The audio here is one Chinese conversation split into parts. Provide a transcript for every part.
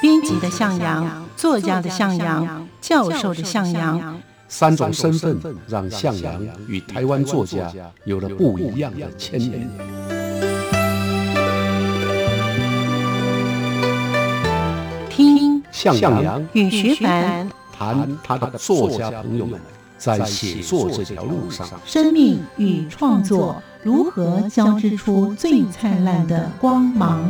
编辑的向阳、嗯作家的向阳、教授的向阳，三种身份让向阳与台湾作家有了不一样的牵连。听向阳与徐凡谈他的作家朋友们在写作这条路上，生命与创作如何交织出最灿烂的光芒。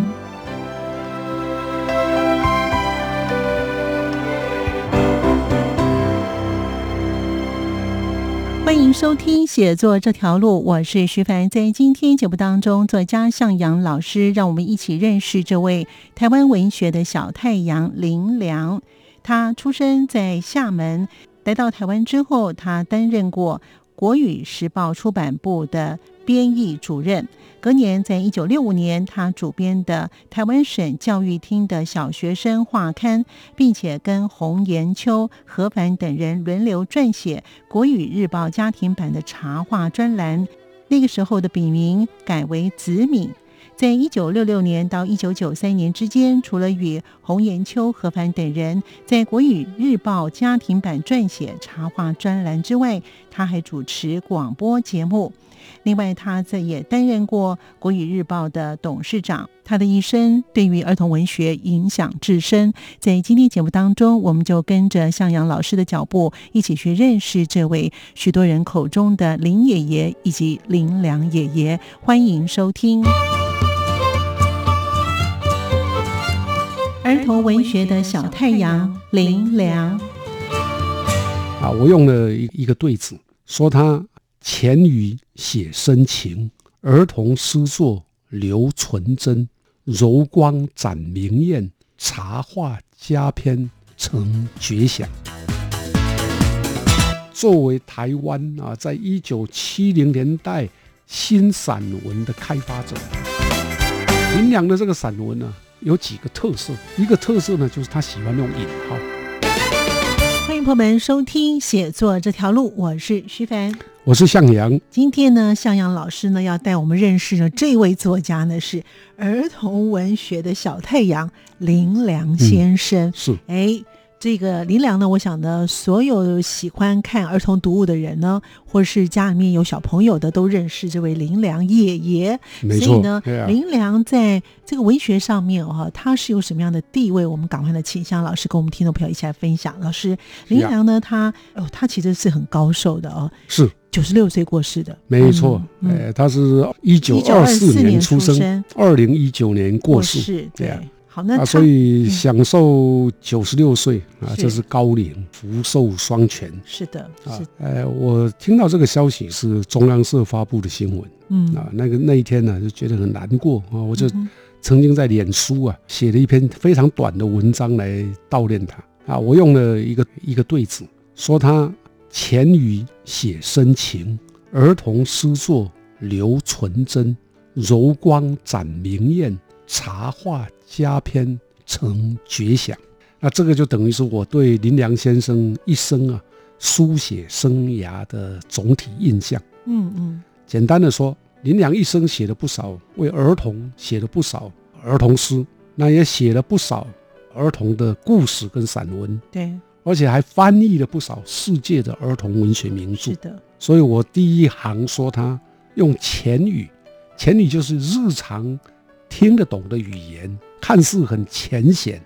欢迎收听《写作这条路》，我是徐凡。在今天节目当中，作家向阳老师让我们一起认识这位台湾文学的小太阳林良。他出生在厦门，来到台湾之后，他担任过国语时报出版部的编译主任。隔年，在一九六五年，他主编的台湾省教育厅的小学生画刊，并且跟洪延秋、何凡等人轮流撰写《国语日报》家庭版的茶话专栏。那个时候的笔名改为子敏。在一九六六年到一九九三年之间，除了与洪延秋、何凡等人在《国语日报》家庭版撰写茶话专栏之外，他还主持广播节目。另外，他在也担任过《国语日报》的董事长。他的一生对于儿童文学影响至深。在今天节目当中，我们就跟着向阳老师的脚步，一起去认识这位许多人口中的林爷爷以及林良爷爷。欢迎收听。儿童文学的小太阳林良，啊，我用了一一个对子，说他潜于写深情，儿童诗作留纯真，柔光展明艳，茶话佳篇成绝响。作为台湾啊，在一九七零年代新散文的开发者，林良的这个散文呢、有几个特色，一个特色呢，就是他喜欢用引号。欢迎朋友们收听《写作这条路》，我是徐凡。我是向阳，今天呢，向阳老师呢要带我们认识的这位作家呢是儿童文学的小太阳林良先生。是哎，这个林良呢，我想呢，所有喜欢看儿童读物的人呢，或是家里面有小朋友的，都认识这位林良爷爷。没所以错呢，，对啊林良在这个文学上面哈、他是有什么样的地位？我们赶快来请向老师跟我们听众朋友一起来分享。老师，林良呢，他哦，他其实是很高寿的哦，是九十六岁过世的，没错。嗯嗯呃，他是一九二1924四年出出生，生，二零一九年过世世，对对啊。好，那啊，他嗯所以享受九十六岁啊，是这是高龄，福寿双全是的，啊是。呃，我听到这个消息是中央社发布的新闻嗯啊，那个那一天呢，就觉得很难过啊，我就嗯曾经在脸书啊写了一篇非常短的文章来悼念他啊，我用了一个一个对子，说他潜于写深情，儿童诗作留纯真，柔光展明艳，茶话佳篇成绝响。那这个就等于是我对林良先生一生啊书写生涯的总体印象。嗯嗯简单的说，林良一生写了不少为儿童写了不少儿童诗，那也写了不少儿童的故事跟散文，对，而且还翻译了不少世界的儿童文学名著是。的，所以我第一行说他用浅语，浅语就是日常听得懂的语言，看似很浅显，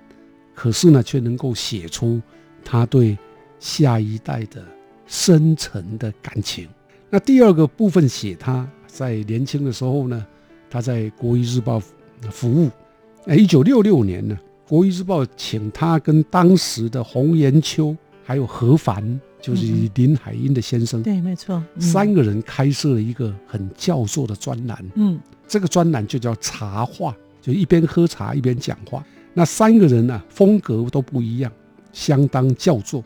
可是呢却能够写出他对下一代的深沉的感情。那第二个部分写他在年轻的时候呢，他在《国语日报》服务。哎，一九六六年呢，《国语日报》请他跟当时的洪延秋还有何凡，就是嗯林海音的先生，对，没错，嗯三个人开设了一个很叫座的专栏，嗯这个专栏就叫茶话，就一边喝茶一边讲话。那三个人呢、啊风格都不一样，相当叫座。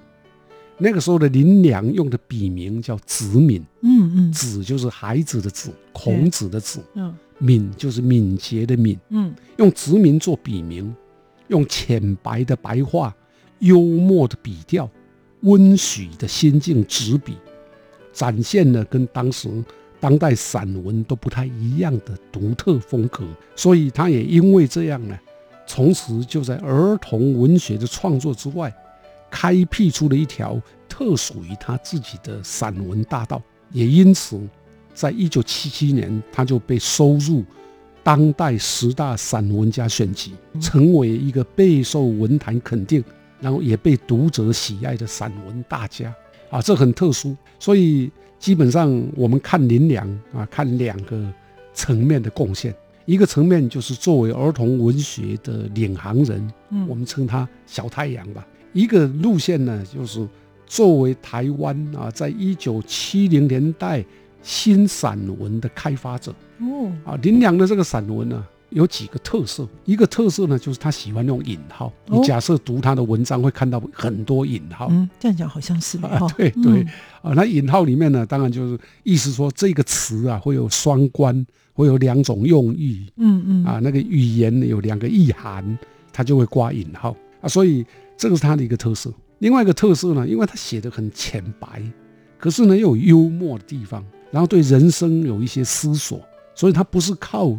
那个时候的林良用的笔名叫子敏，嗯嗯子就是孩子的子，孔子的子，嗯敏就是敏捷的敏，嗯用子敏做笔名，用浅白的白话、幽默的笔调、温煦的心境执笔，展现了跟当时当代散文都不太一样的独特风格。所以他也因为这样呢，从此就在儿童文学的创作之外，开辟出了一条特属于他自己的散文大道。也因此，在一九七七年，他就被收入当代十大散文家选集，成为一个备受文坛肯定，然后也被读者喜爱的散文大家。啊，这很特殊，所以基本上我们看林良啊，看两个层面的贡献。一个层面就是作为儿童文学的领航人，嗯我们称他小太阳吧。一个路线呢，就是作为台湾啊，在一九七零年代新散文的开发者哦，啊，林良的这个散文呢、有几个特色，一个特色呢，就是他喜欢用引号。哦你假设读他的文章，会看到很多引号。嗯，这样讲好像是啊哈，，对嗯对，啊，那引号里面呢，当然就是意思说这个词啊会有双关，会有两种用意嗯嗯啊，那个语言呢有两个意涵，它就会挂引号啊，所以这个是它的一个特色。另外一个特色呢，因为它写的很浅白，可是呢又有幽默的地方，然后对人生有一些思索，所以它不是靠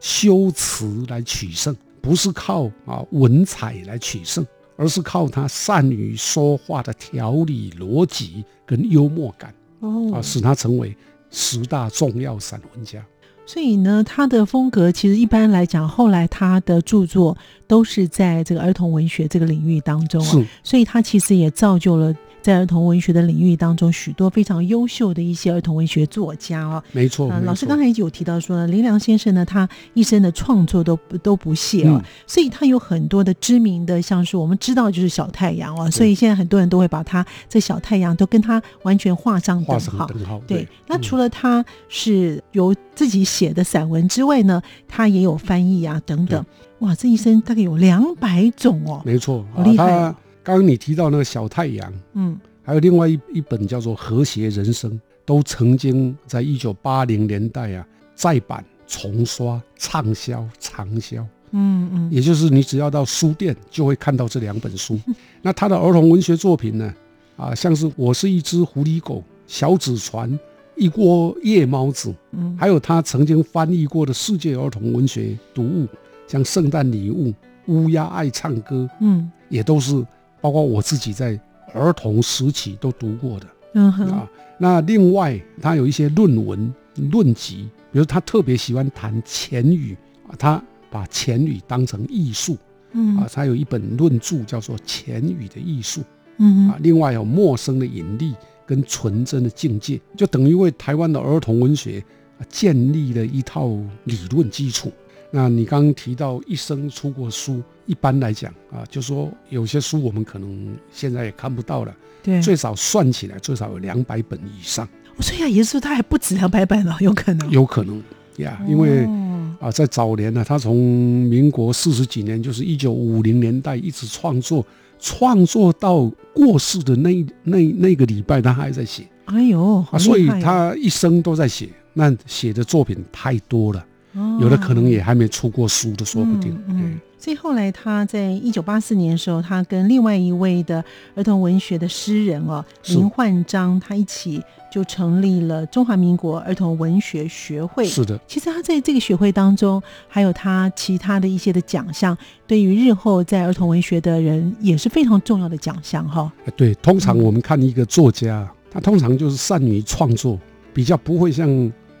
修辞来取胜，不是靠啊文采来取胜，而是靠他善于说话的条理、逻辑跟幽默感啊，哦，使他成为十大重要散文家。所以呢，他的风格其实一般来讲，后来他的著作都是在这个儿童文学这个领域当中啊，是所以他其实也造就了在儿童文学的领域当中许多非常优秀的一些儿童文学作家哦。没错，啊，没老师错刚才有提到说呢，林良先生呢，他一生的创作都不都不懈哦，嗯所以他有很多的知名的，像是我们知道就是小太阳哦，所以现在很多人都会把他这小太阳都跟他完全画上画等上号。等号。对，那嗯除了他是由自己写的散文之外呢，他也有翻译啊等等。哇，这一生大概有两百种哦。没错，啊好厉害他哦刚刚你提到那个小太阳，嗯还有另外一一本叫做《和谐人生》，都曾经在一九八零年代啊再版、重刷、畅销、长销。嗯嗯，也就是你只要到书店就会看到这两 本书。那他的儿童文学作品呢，啊，像是《我是一只狐狸狗》《小纸船》《一锅夜猫子》，嗯还有他曾经翻译过的世界儿童文学读物，像《圣诞礼物》《乌鸦爱唱歌》，嗯也都是包括我自己在儿童时期都读过的。嗯哼啊。那另外，他有一些论文、论集，比如他特别喜欢谈钱语，啊他把钱语当成艺术嗯啊。他有一本论著叫做《钱语的艺术》嗯啊。另外有陌生的引力跟纯真的境界，就等于为台湾的儿童文学、啊、建立了一套理论基础。那你刚刚提到一生出过书，一般来讲啊，就说有些书我们可能现在也看不到了，对，最少算起来最少有两百本以上。所以啊，也是说他还不止两百版了，有可能。有可能呀因为哦啊，在早年呢、他从民国四十几年，就是一九五零年代一直创作，创作到过世的那一那那个礼拜，他还在写哎呦，好啊，厉所以害哦他一生都在写。那写的作品太多了，哦有的可能也还没出过书都说不定。嗯嗯所以后来他在一九八四年的时候，他跟另外一位的儿童文学的诗人哦是林焕章，他一起就成立了中华民国儿童文学学会。是的，其实他在这个学会当中，还有他其他的一些的奖项，对于日后在儿童文学的人也是非常重要的奖项哈、哎对，通常嗯我们看一个作家，他通常就是善于创作，比较不会像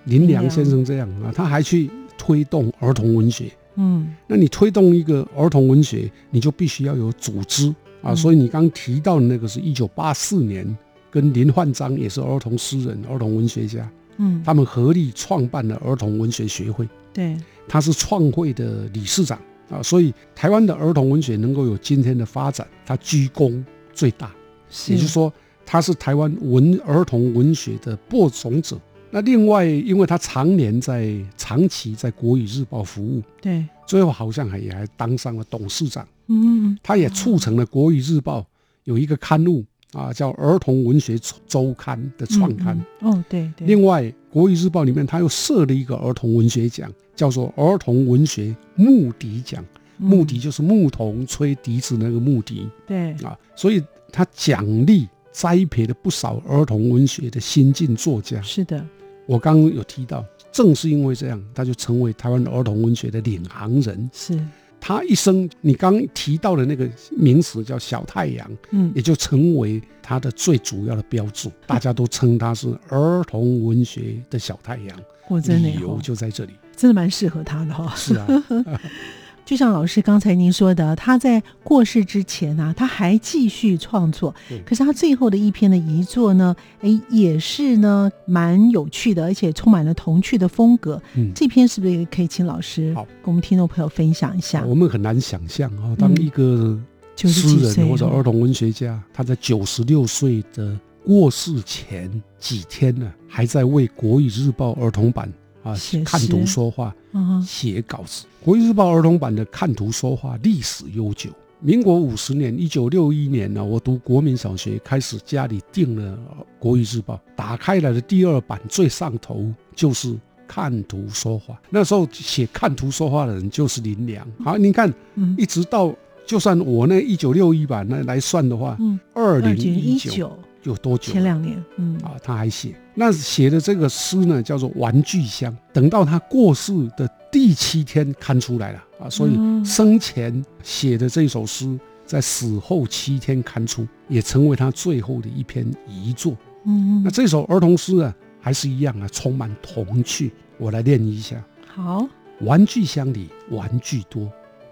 林良良先生这样啊，他还去推动儿童文学。嗯那你推动一个儿童文学，你就必须要有组织啊。嗯所以你刚提到的那个是一九八四年，跟林焕章也是儿童诗人、儿童文学家，嗯，他们合力创办了儿童文学学会，对，他是创会的理事长啊。所以台湾的儿童文学能够有今天的发展，他居功最大。是也就是说，他是台湾文儿童文学的播种者。那另外，因为他常年在长期在国语日报服务，对，最后好像还也还当上了董事长，嗯，他也促成了《国语日报》有一个刊物啊，叫《儿童文学周刊》的创刊。嗯嗯哦，对对，另外，《国语日报》里面他又设了一个儿童文学奖，叫做儿童文学牧笛奖，嗯牧笛就是牧童吹笛子那个牧笛对，啊，所以他奖励栽培了不少儿童文学的新晋作家。是的，我刚刚有提到，正是因为这样，他就成为台湾儿童文学的领航人。是，他一生，你刚提到的那个名词叫小太阳，嗯也就成为他的最主要的标志。大家都称他是儿童文学的小太阳，我真的理由哦就在这里。真的蛮适合他的哈、是啊， 就像老师刚才您说的，他在过世之前啊，他还继续创作对，可是他最后的一篇的遗作呢，哎，也是呢蛮有趣的，而且充满了童趣的风格。嗯，这篇是不是也可以请老师好跟我们听众朋友分享一下？我们很难想象哦，当一个九十诗几岁人或者了儿童文学家，他在九十六岁的过世前几天呢、还在为《国语日报》儿童版啊写诗看图说话、嗯哼写稿子。《国语日报》儿童版的看图说话历史悠久。民国五十年，一九六一年呢、我读国民小学，开始家里订了《国语日报》，打开来的第二版最上头就是看图说话。那时候写看图说话的人就是林良。好，你看嗯一直到就算我那一九六一版那来算的话，嗯，二零一一九九有多久前了？两年，嗯啊，他还写那写的这个诗呢，叫做《玩具箱》。等到他过世的第七天刊出来了啊，所以嗯生前写的这首诗，在死后七天刊出，也成为他最后的一篇遗作。嗯那嗯，这首儿童诗啊，还是一样啊，充满童趣。我来念一下：好，玩具箱里玩具多，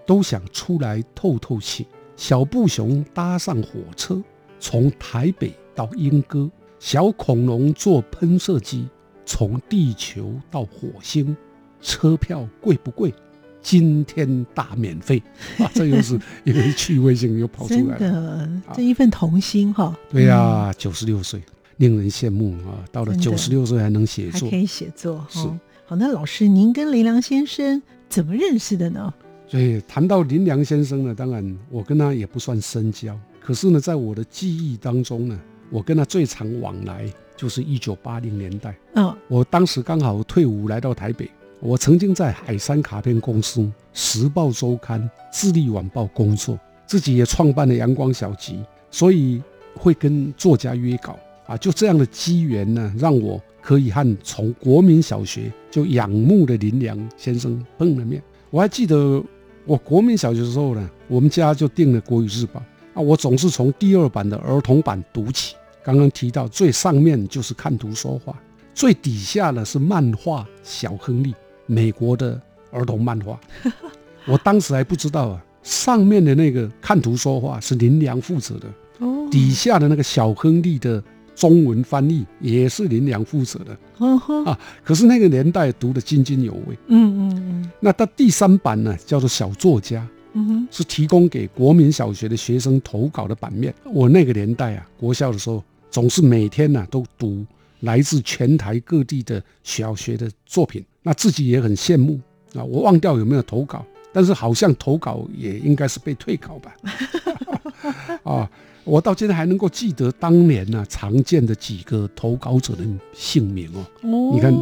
都想出来透透气。小布熊搭上火车，从台北到莺歌；小恐龙坐喷射机，从地球到火星。车票贵不贵？今天大免 费，啊、这又是一个趣味性又跑真出来了。的这一份童心哈，对呀、嗯九十六岁，令人羡慕啊！到了真的九十六岁还能写还作可，以写作哈。是好，那老师，您跟雷良先生怎么认识的呢？所以谈到林良先生呢，当然我跟他也不算深交，可是呢，在我的记忆当中呢，我跟他最常往来就是一九八零年代，嗯我当时刚好退伍来到台北，我曾经在海山卡片公司、《时报周刊》《智利晚报》工作，自己也创办了阳光小集，所以会跟作家约稿啊。就这样的机缘呢，让我可以和从国民小学就仰慕的林良先生碰了面。我还记得我国民小学的时候呢，我们家就订了《国语日报》啊，我总是从第二版的儿童版读起。刚刚提到最上面就是看图说话，最底下呢是漫画《小亨利》，美国的儿童漫画。 我当时还不知道啊，上面的那个看图说话是林良负责的，哦，底下的那个小亨利的中文翻译也是林良负责的哦呵，啊。可是那个年代读得津津有味。嗯嗯那到第三版呢，叫做小作家，嗯嗯是提供给国民小学的学生投稿的版面。我那个年代啊，国校的时候，总是每天呢、都读来自全台各地的小学的作品，那自己也很羡慕啊。我忘掉有没有投稿，但是好像投稿也应该是被退稿吧。 啊，我到今天还能够记得当年呢、常见的几个投稿者的姓名哦，哼，哦，你看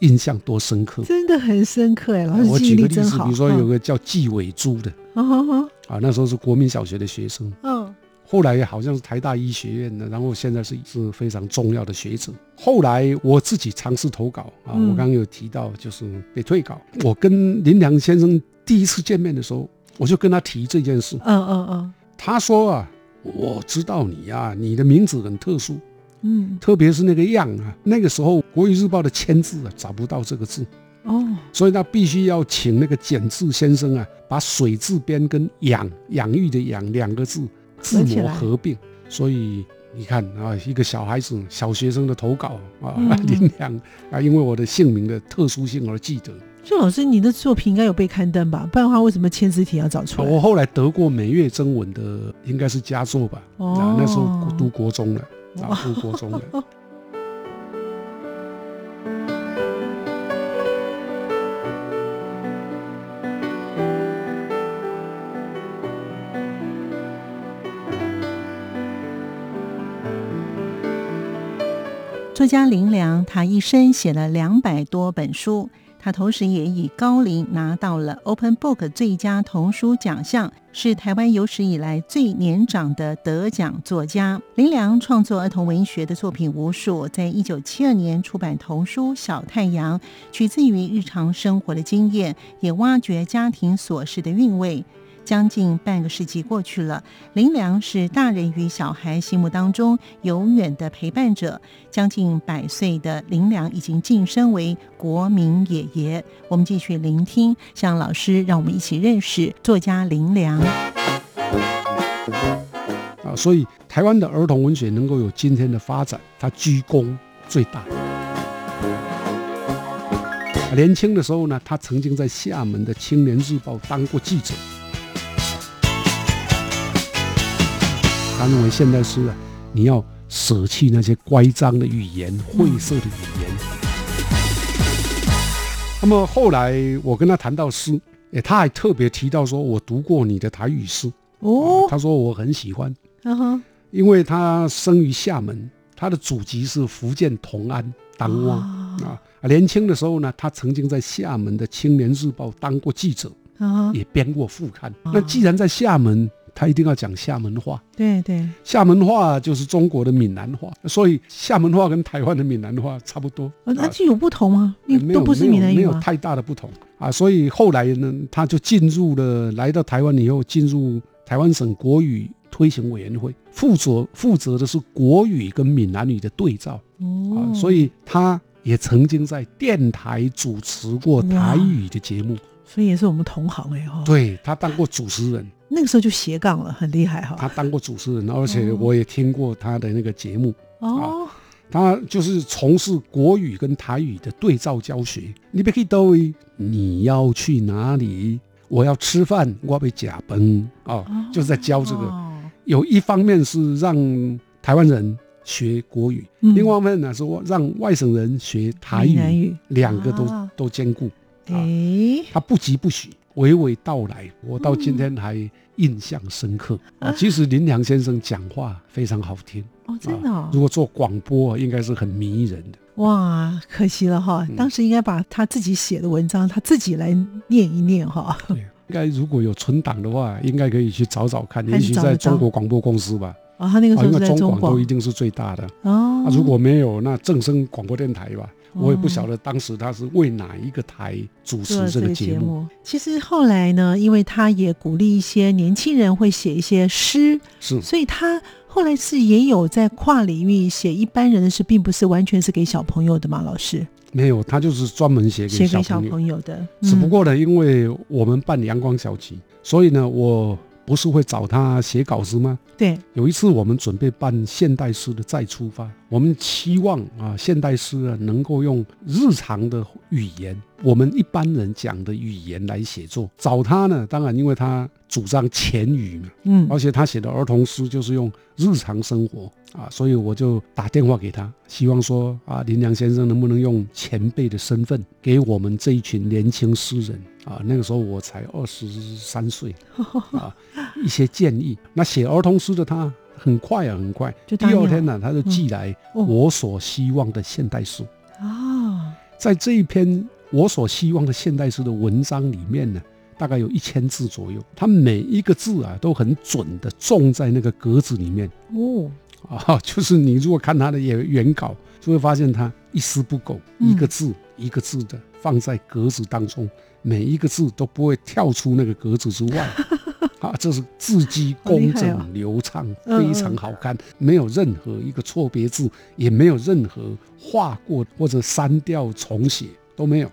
印象多深刻。真的很深刻哎，老我师记忆举个力例真子，好。比如说有个叫纪伟珠的嗯，嗯嗯啊，那时候是国民小学的学生，嗯后来好像是台大医学院的，然后现在是是非常重要的学者。后来我自己尝试投稿啊，嗯我刚刚有提到就是被退稿。我跟林良先生第一次见面的时候，我就跟他提这件事，嗯嗯嗯他说啊，我知道你啊，你的名字很特殊，嗯特别是那个样啊，那个时候《国语日报》的签字啊找不到这个字，哦，所以他必须要请那个简字先生啊，把水字边跟养养育的养两个字字合起母来合并。所以你看啊，一个小孩子、小学生的投稿啊嗯嗯，林良啊，因为我的姓名的特殊性而记得。就老师你的作品应该有被刊登吧？不然的话为什么签字体要找出来？我后来得过美月征文的，应该是佳作吧？啊，那时候读国中了，啊，读国中了。作家林良，他一生写了两百多本书，他同时也以《高龄》拿到了 Open Book 最佳童书奖项，是台湾有史以来最年长的得奖作家。林良创作儿童文学的作品无数，在一九七二年出版童书《小太阳》，取自于日常生活的经验，也挖掘家庭琐事的韵味。将近半个世纪过去了，林良是大人与小孩心目当中永远的陪伴者。将近百岁的林良已经晋升为国民爷爷。我们继续聆听，向老师让我们一起认识作家林良。啊，所以台湾的儿童文学能够有今天的发展，它居功最大。年轻的时候呢，他曾经在厦门的《青年日报》当过记者。他认为现代诗啊，你要舍弃那些乖张的语言、晦涩的语言。那么后来我跟他谈到诗，诶，他还特别提到说，我读过你的台语诗，哦，他说我很喜欢，嗯哼，因为他生于厦门，他的祖籍是福建同安当哦汪啊。年轻的时候呢，他曾经在厦门的《青年日报》当过记者，嗯哦哼，也编过副刊。那既然在厦门，他一定要讲厦门话。对对，厦门话就是中国的闽南话，所以厦门话跟台湾的闽南话差不多，哦那啊就有不同吗？你没有都不是没有闽南没语有吗？太大的不同啊。所以后来呢，他就进入了来到台湾以后，进入台湾省国语推行委员会，负责负责的是国语跟闽南语的对照啊，哦，所以他也曾经在电台主持过台语的节目，所以也是我们同行哎哈。，对他当过主持人，那个时候就斜杠了，很厉害哈。他当过主持人，而且我也听过他的那个节目。哦，他就是从事国语跟台语的对照教学。你别去到位，你要去哪里？我要吃饭，我被假崩啊，哦就是在教这个。哦有一方面是让台湾人学国语，嗯另外一方面呢是让外省人学台闽南语，语，两个都啊都兼顾。啊，哎，他不急不徐，娓娓道来，我到今天还印象深刻。啊，其实林良先生讲话非常好听。啊哦，真的哦如果做广播啊，应该是很迷人的。哇，可惜了哈！嗯当时应该把他自己写的文章，他自己来念一念哈。对，应该如果有存档的话，应该可以去找找看，还也是许找得在到中国广播公司吧，啊，他那个啊，时候因是为在中广广都一定是最大的。哦啊，如果没有，那正声广播电台吧，我也不哦晓得当时他是为哪一个台主做持了这个个节目。目，其实后来呢，因为他也鼓励一些年轻人会写一些诗，是所以他后来是也有在跨领域写一般人的诗，并不是完全是给小朋友的嘛，老师没有，他就是专门写写给给小小朋友。朋友的。只不嗯过呢，因为我们办阳光小集，所以呢，我不是会找他写稿子吗？对，有一次，我们准备办现代诗的再出发，我们期望啊，现代诗啊能够用日常的语言，我们一般人讲的语言来写作。找他呢，当然因为他主张前语嘛，嗯，而且他写的儿童诗就是用日常生活啊，所以我就打电话给他，希望说啊，林良先生能不能用前辈的身份给我们这一群年轻诗人啊，那个时候我才二十三岁 啊，一些建议。那写儿童诗的他很快啊，很快，就第答应二天了呢、他就寄来哦我所希望的现代诗。啊，在这一篇我所希望的现代诗的文章里面呢，大概有一千字左右，它每一个字啊都很准的种在那个格子里面哦， 啊，就是你如果看它的原原稿，就会发现它一丝不苟，嗯一个字一个字的放在格子当中，每一个字都不会跳出那个格子之外。 啊，这是字迹工好厉害整、哦流畅，嗯嗯非常好看，没有任何一个错别字，也没有任何划过或者删掉、重写都没有。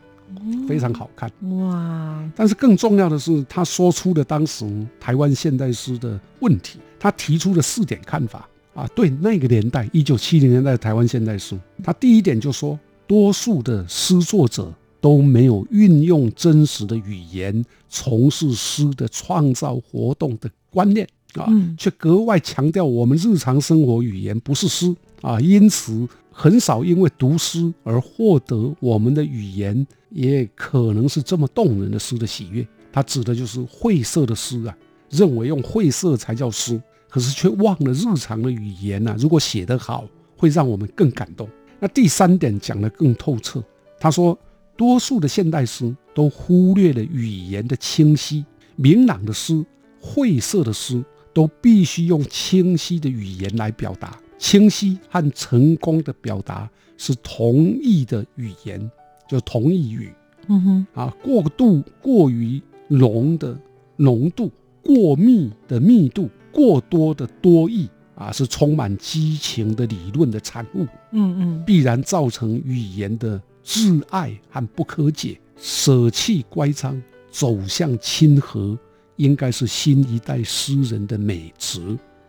非嗯常好看。哇，但是更重要的是，他说出了当时台湾现代诗的问题，他提出了四点看法啊，对那个年代一九七零年代的台湾现代诗，他第一点就说，多数的诗作者。都没有运用真实的语言从事诗的创造活动的观念啊，嗯却格外强调我们日常生活语言不是诗啊，因此很少因为读诗而获得我们的语言也可能是这么动人的诗的喜悦。他指的就是晦涩的诗啊，认为用晦涩才叫诗，可是却忘了日常的语言呐、啊如果写得好，会让我们更感动。那第三点讲得更透彻，他说多数的现代诗都忽略了语言的清晰，明朗的诗、晦涩的诗都必须用清晰的语言来表达。清晰和成功的表达是同义的语言，就是同义语嗯哼，啊。过度、过于浓的浓度，过密的密度，过多的多义啊，是充满激情的理论的产物。嗯嗯必然造成语言的挚爱和不可解，舍弃乖张，走向亲和，应该是新一代诗人的美值。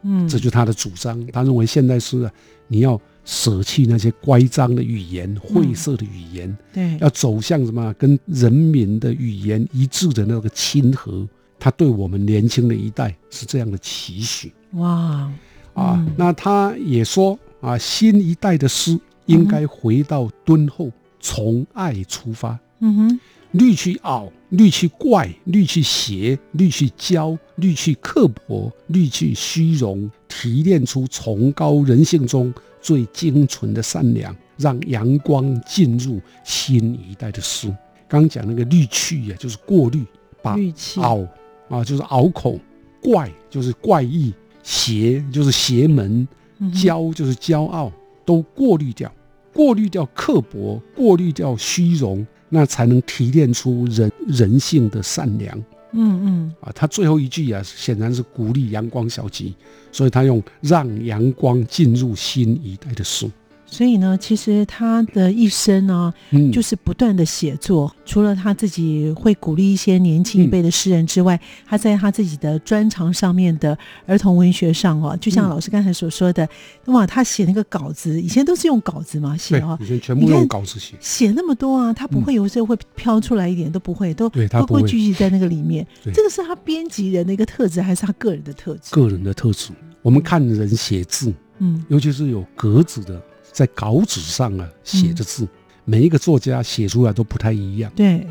嗯，这就是他的主张。他认为现代诗啊，你要舍弃那些乖张的语言、晦涩的语言，对，要走向什么跟人民的语言一致的那个亲和。他对我们年轻的一代是这样的期许。哇，啊嗯，那他也说啊，新一代的诗应该回到敦厚，从爱出发，嗯哼，滤去傲，滤去怪，滤去邪，滤去骄，滤去刻薄，滤去虚荣，提炼出崇高人性中最精纯的善良，让阳光进入新一代的诗。刚讲那个滤去呀、就是过滤，把绿气，拗啊，就是拗口；怪就是怪异；邪就是邪门；嗯哼，骄就是骄傲，都过滤掉，过滤掉刻薄，过滤掉虚荣，那才能提炼出人人性的善良嗯嗯，啊。他最后一句啊，显然是鼓励阳光小集，所以他用让阳光进入新一代的书。所以呢，其实他的一生呢、嗯，就是不断的写作。除了他自己会鼓励一些年轻一辈的诗人之外，他在他自己的专长上面的儿童文学上哦，就像嗯老师刚才所说的，哇，他写那个稿子，以前都是用稿子嘛写对哦，，以前全你部看用稿子写，写那么多啊，他不嗯会有时候会飘出来一点，都不会，都对他规不会规矩矩在那个里面。对这个是他编辑人的一个特质，还是他个人的特质？个人的特质。我们看人写字，嗯尤其是有格子的，在稿纸上啊写的字，每一个作家写出来都不太一样。对，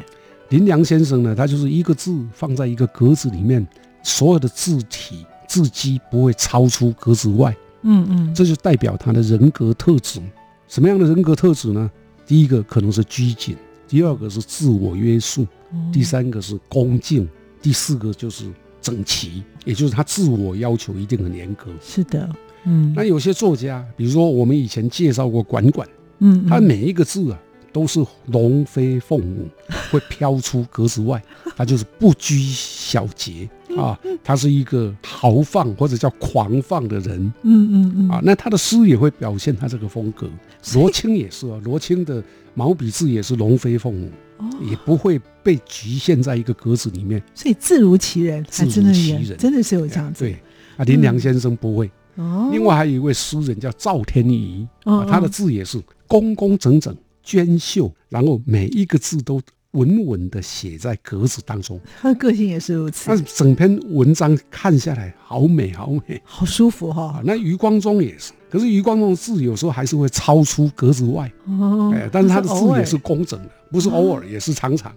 林良先生呢，他就是一个字放在一个格子里面，所有的字体字迹不会超出格子外，嗯嗯，这就代表他的人格特质。什么样的人格特质呢？第一个可能是拘谨，第二个是自我约束，嗯第三个是恭敬，第四个就是整齐，也就是他自我要求一定很严格。是的，嗯，那有些作家，比如说我们以前介绍过管管，嗯，嗯他每一个字啊都是龙飞凤舞，会飘出格子外，他就是不拘小节嗯啊，他是一个豪放或者叫狂放的人嗯嗯嗯啊。那他的诗也会表现他这个风格。罗青也是啊，罗青的毛笔字也是龙飞凤舞，哦也不会被局限在一个格子里面。所以字如其人，还真的自如其是人真的是有这样子。对啊，林良嗯先生不会。哦，另外还有一位诗人叫赵天仪，嗯啊，他的嗯字也是工工整整、娟秀，然后每一个字都稳稳地写在格子当中。他的个性也是如此但，是整篇文章看下来，好美，好美好舒服啊哈！。那余光中也是，可是余光中的字有时候还是会超出格子外，哦哎，但是他的字偶尔哦也是工整的，不是偶尔，也是常常。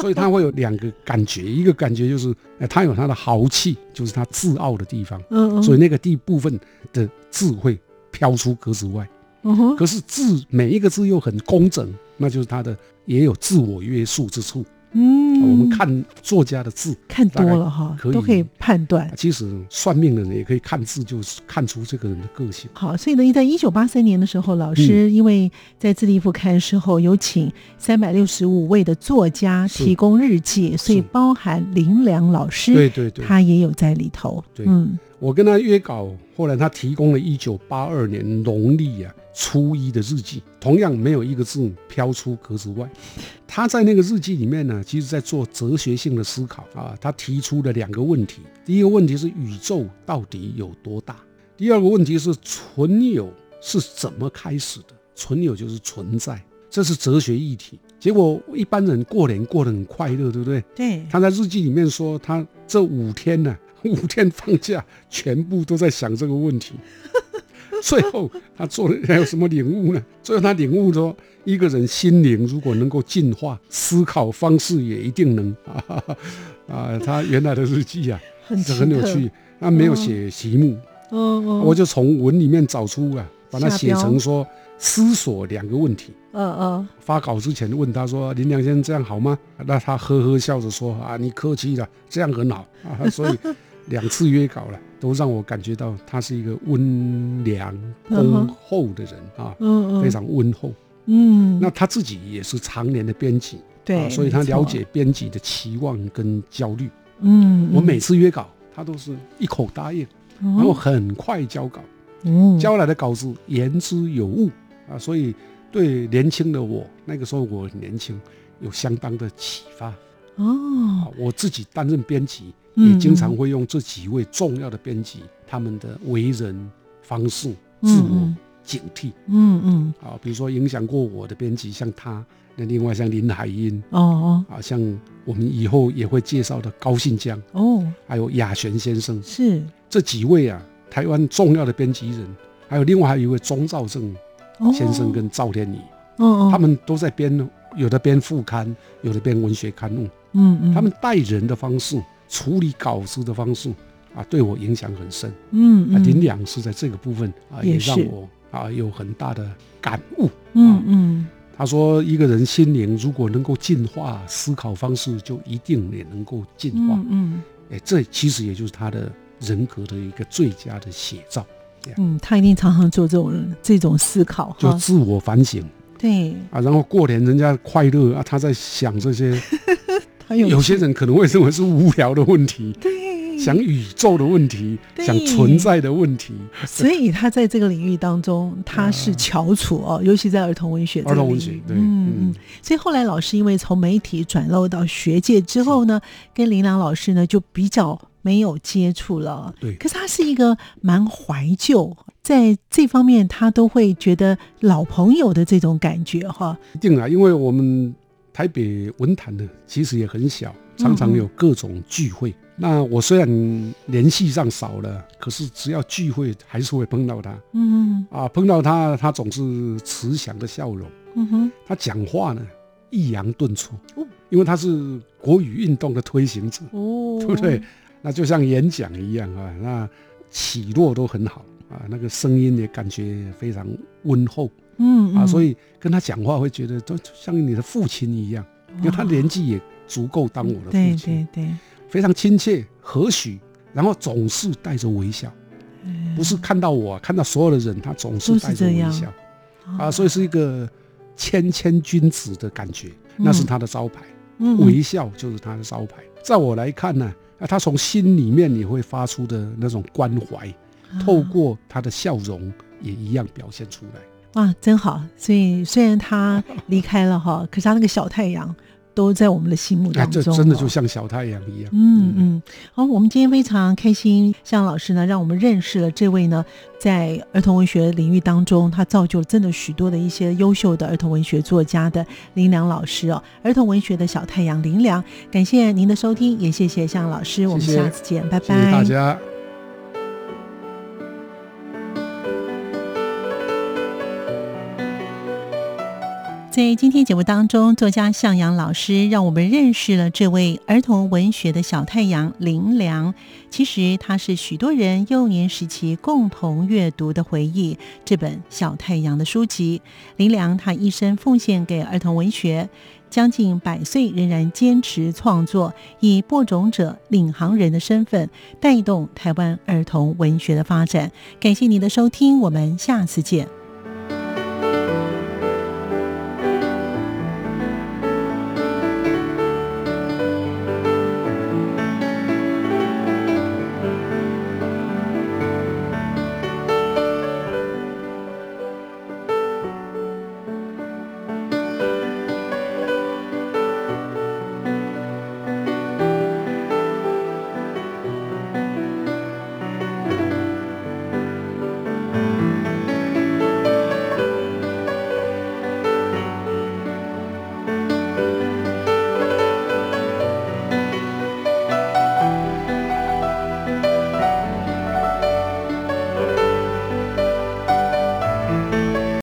所以他会有两个感觉，一个感觉就是，哎，他有他的豪气，就是他自傲的地方，嗯嗯，所以以那个地部分的字会飘出格子外。嗯哼可是字每一个字又很工整，那就是他的也有自我约束之处。嗯，我们看作家的字，看多了哈大概可，以哎都可以判断。其实算命的人也可以看字，就是看出这个人的个性。好，所以呢，在一九八三年的时候，老师嗯因为在《自立副刊》时候有请三百六十五位的作家是提供日记，所以是包含林良老师，对对对，他也有在里头。对嗯我跟他约稿，后来他提供了一九八二年农历啊初一的日记，同样没有一个字飘出格子外。他在那个日记里面呢，其实在做哲学性的思考啊。他提出了两个问题：第一个问题是宇宙到底有多大？第二个问题是存有是怎么开始的？存有就是存在，这是哲学议题。结果一般人过年过得很快乐，对不对？对，他在日记里面说，他这五天呢、 五天放假，全部都在想这个问题。 最后他做了还有什么领悟呢？最后他领悟说，一个人心灵如果能够进化，思考方式也一定能 啊他原来的日记啊，很是很有奇特趣。他没有写题目，嗯嗯，我就从文里面找出啊把它下写标成说思索两个问题。呃呃，发稿之前问他说：“林良先生这样好吗？”那他呵呵笑着说：“啊，你客气了，这样很好。”啊，所以两次约稿了，都让我感觉到他是一个温良恭嗯哼厚的人啊，嗯嗯，非常温厚。嗯，那他自己也是常年的编辑，对、啊，所以他没错了，解编辑的期望跟焦虑。嗯，哦我每次约稿，他都是一口答应，然然后很快交稿，嗯，交来的稿子言之有物啊，所以对年轻的我，那个时候我很年轻，有相当的启发啊哦，。我自己担任编辑，嗯也经常会用这几位重要的编辑他们的为人方式、嗯自我嗯警惕嗯嗯，啊，比如说影响过我的编辑，像他，那另外像林海音哦哦啊，像我们以后也会介绍的高信江，哦，还有雅璇先生，是这几位啊，台湾重要的编辑人，还有另外还有一位钟兆正先生，跟赵天宇，哦哦，他们都在编，有的编副刊，有的编文学刊物。嗯嗯，他们待人的方式、处理稿子的方式啊，对我影响很深。嗯啊，嗯林良是在这个部分啊，也也是让我啊有很大的感悟。啊嗯嗯他说，一个人心灵如果能够进化，思考方式就一定也能够进化。嗯嗯哎，这其实也就是他的人格的一个最佳的写照，嗯，他一定常常做这种这种思考就哈，自我反省对啊。然后过年人家快乐啊，他在想这些，他有有些人可能会认为是无聊的问题，对，想宇宙的问题，对想存在的问题。所以他在这个领域当中他是翘楚哦，尤其在儿童文学这个啊儿童文领域学对嗯嗯嗯，所以后来老师因为从媒体转漏到学界之后呢，跟林良老师呢就比较没有接触了。对可是他是一个蛮怀旧，在这方面他都会觉得老朋友的这种感觉哈。一定啊，因为我们台北文坛呢，其实也很小，嗯常常有各种聚会。那我虽然联系上少了，可是只要聚会还是会碰到他嗯啊，碰到他，他总是慈祥的笑容。嗯哼，他讲话呢抑扬顿挫哦，因为他是国语运动的推行者，哦，对不对？？那就像演讲一样啊，那起落都很好啊，那个声音也感觉非常温厚嗯啊，所以以跟他讲话会觉得都像你的父亲一样，因为他年纪也足够当我的对父亲，对对，非常亲切和煦，然后总是带着微笑，不是看到我，啊看到所有的人，他总嗯是都是带着这微样笑。嗯啊，所以是一个谦谦君子的感觉，那是他的招牌，嗯嗯微笑就是他的招牌。在我来看呢、啊，他从心里面也会发出的那种关怀，啊透过他的笑容也一样表现出来。哇，真好！所以虽然他离开了哈，可是他那个小太阳都在我们的心目啊，当这中、真的就。像小太阳一样。哦嗯嗯，好，我们今天非常开心，向老师呢，让我们认识了这位呢，在儿童文学领域当中，他造就了真的许多的一些优秀的儿童文学作家的林良老师哦，儿童文学的小太阳林良，感谢您的收听，也谢谢向老师，我们谢谢下次见，拜拜，谢谢大家。在今天节目当中，作家向阳老师让我们认识了这位儿童文学的小太阳林良。其实他是许多人幼年时期共同阅读的回忆这本《小太阳》的书籍。林良他一生奉献给儿童文学，将近百岁仍然坚持创作，以播种者、领航人的身份带动台湾儿童文学的发展。感谢您的收听，我们下次见。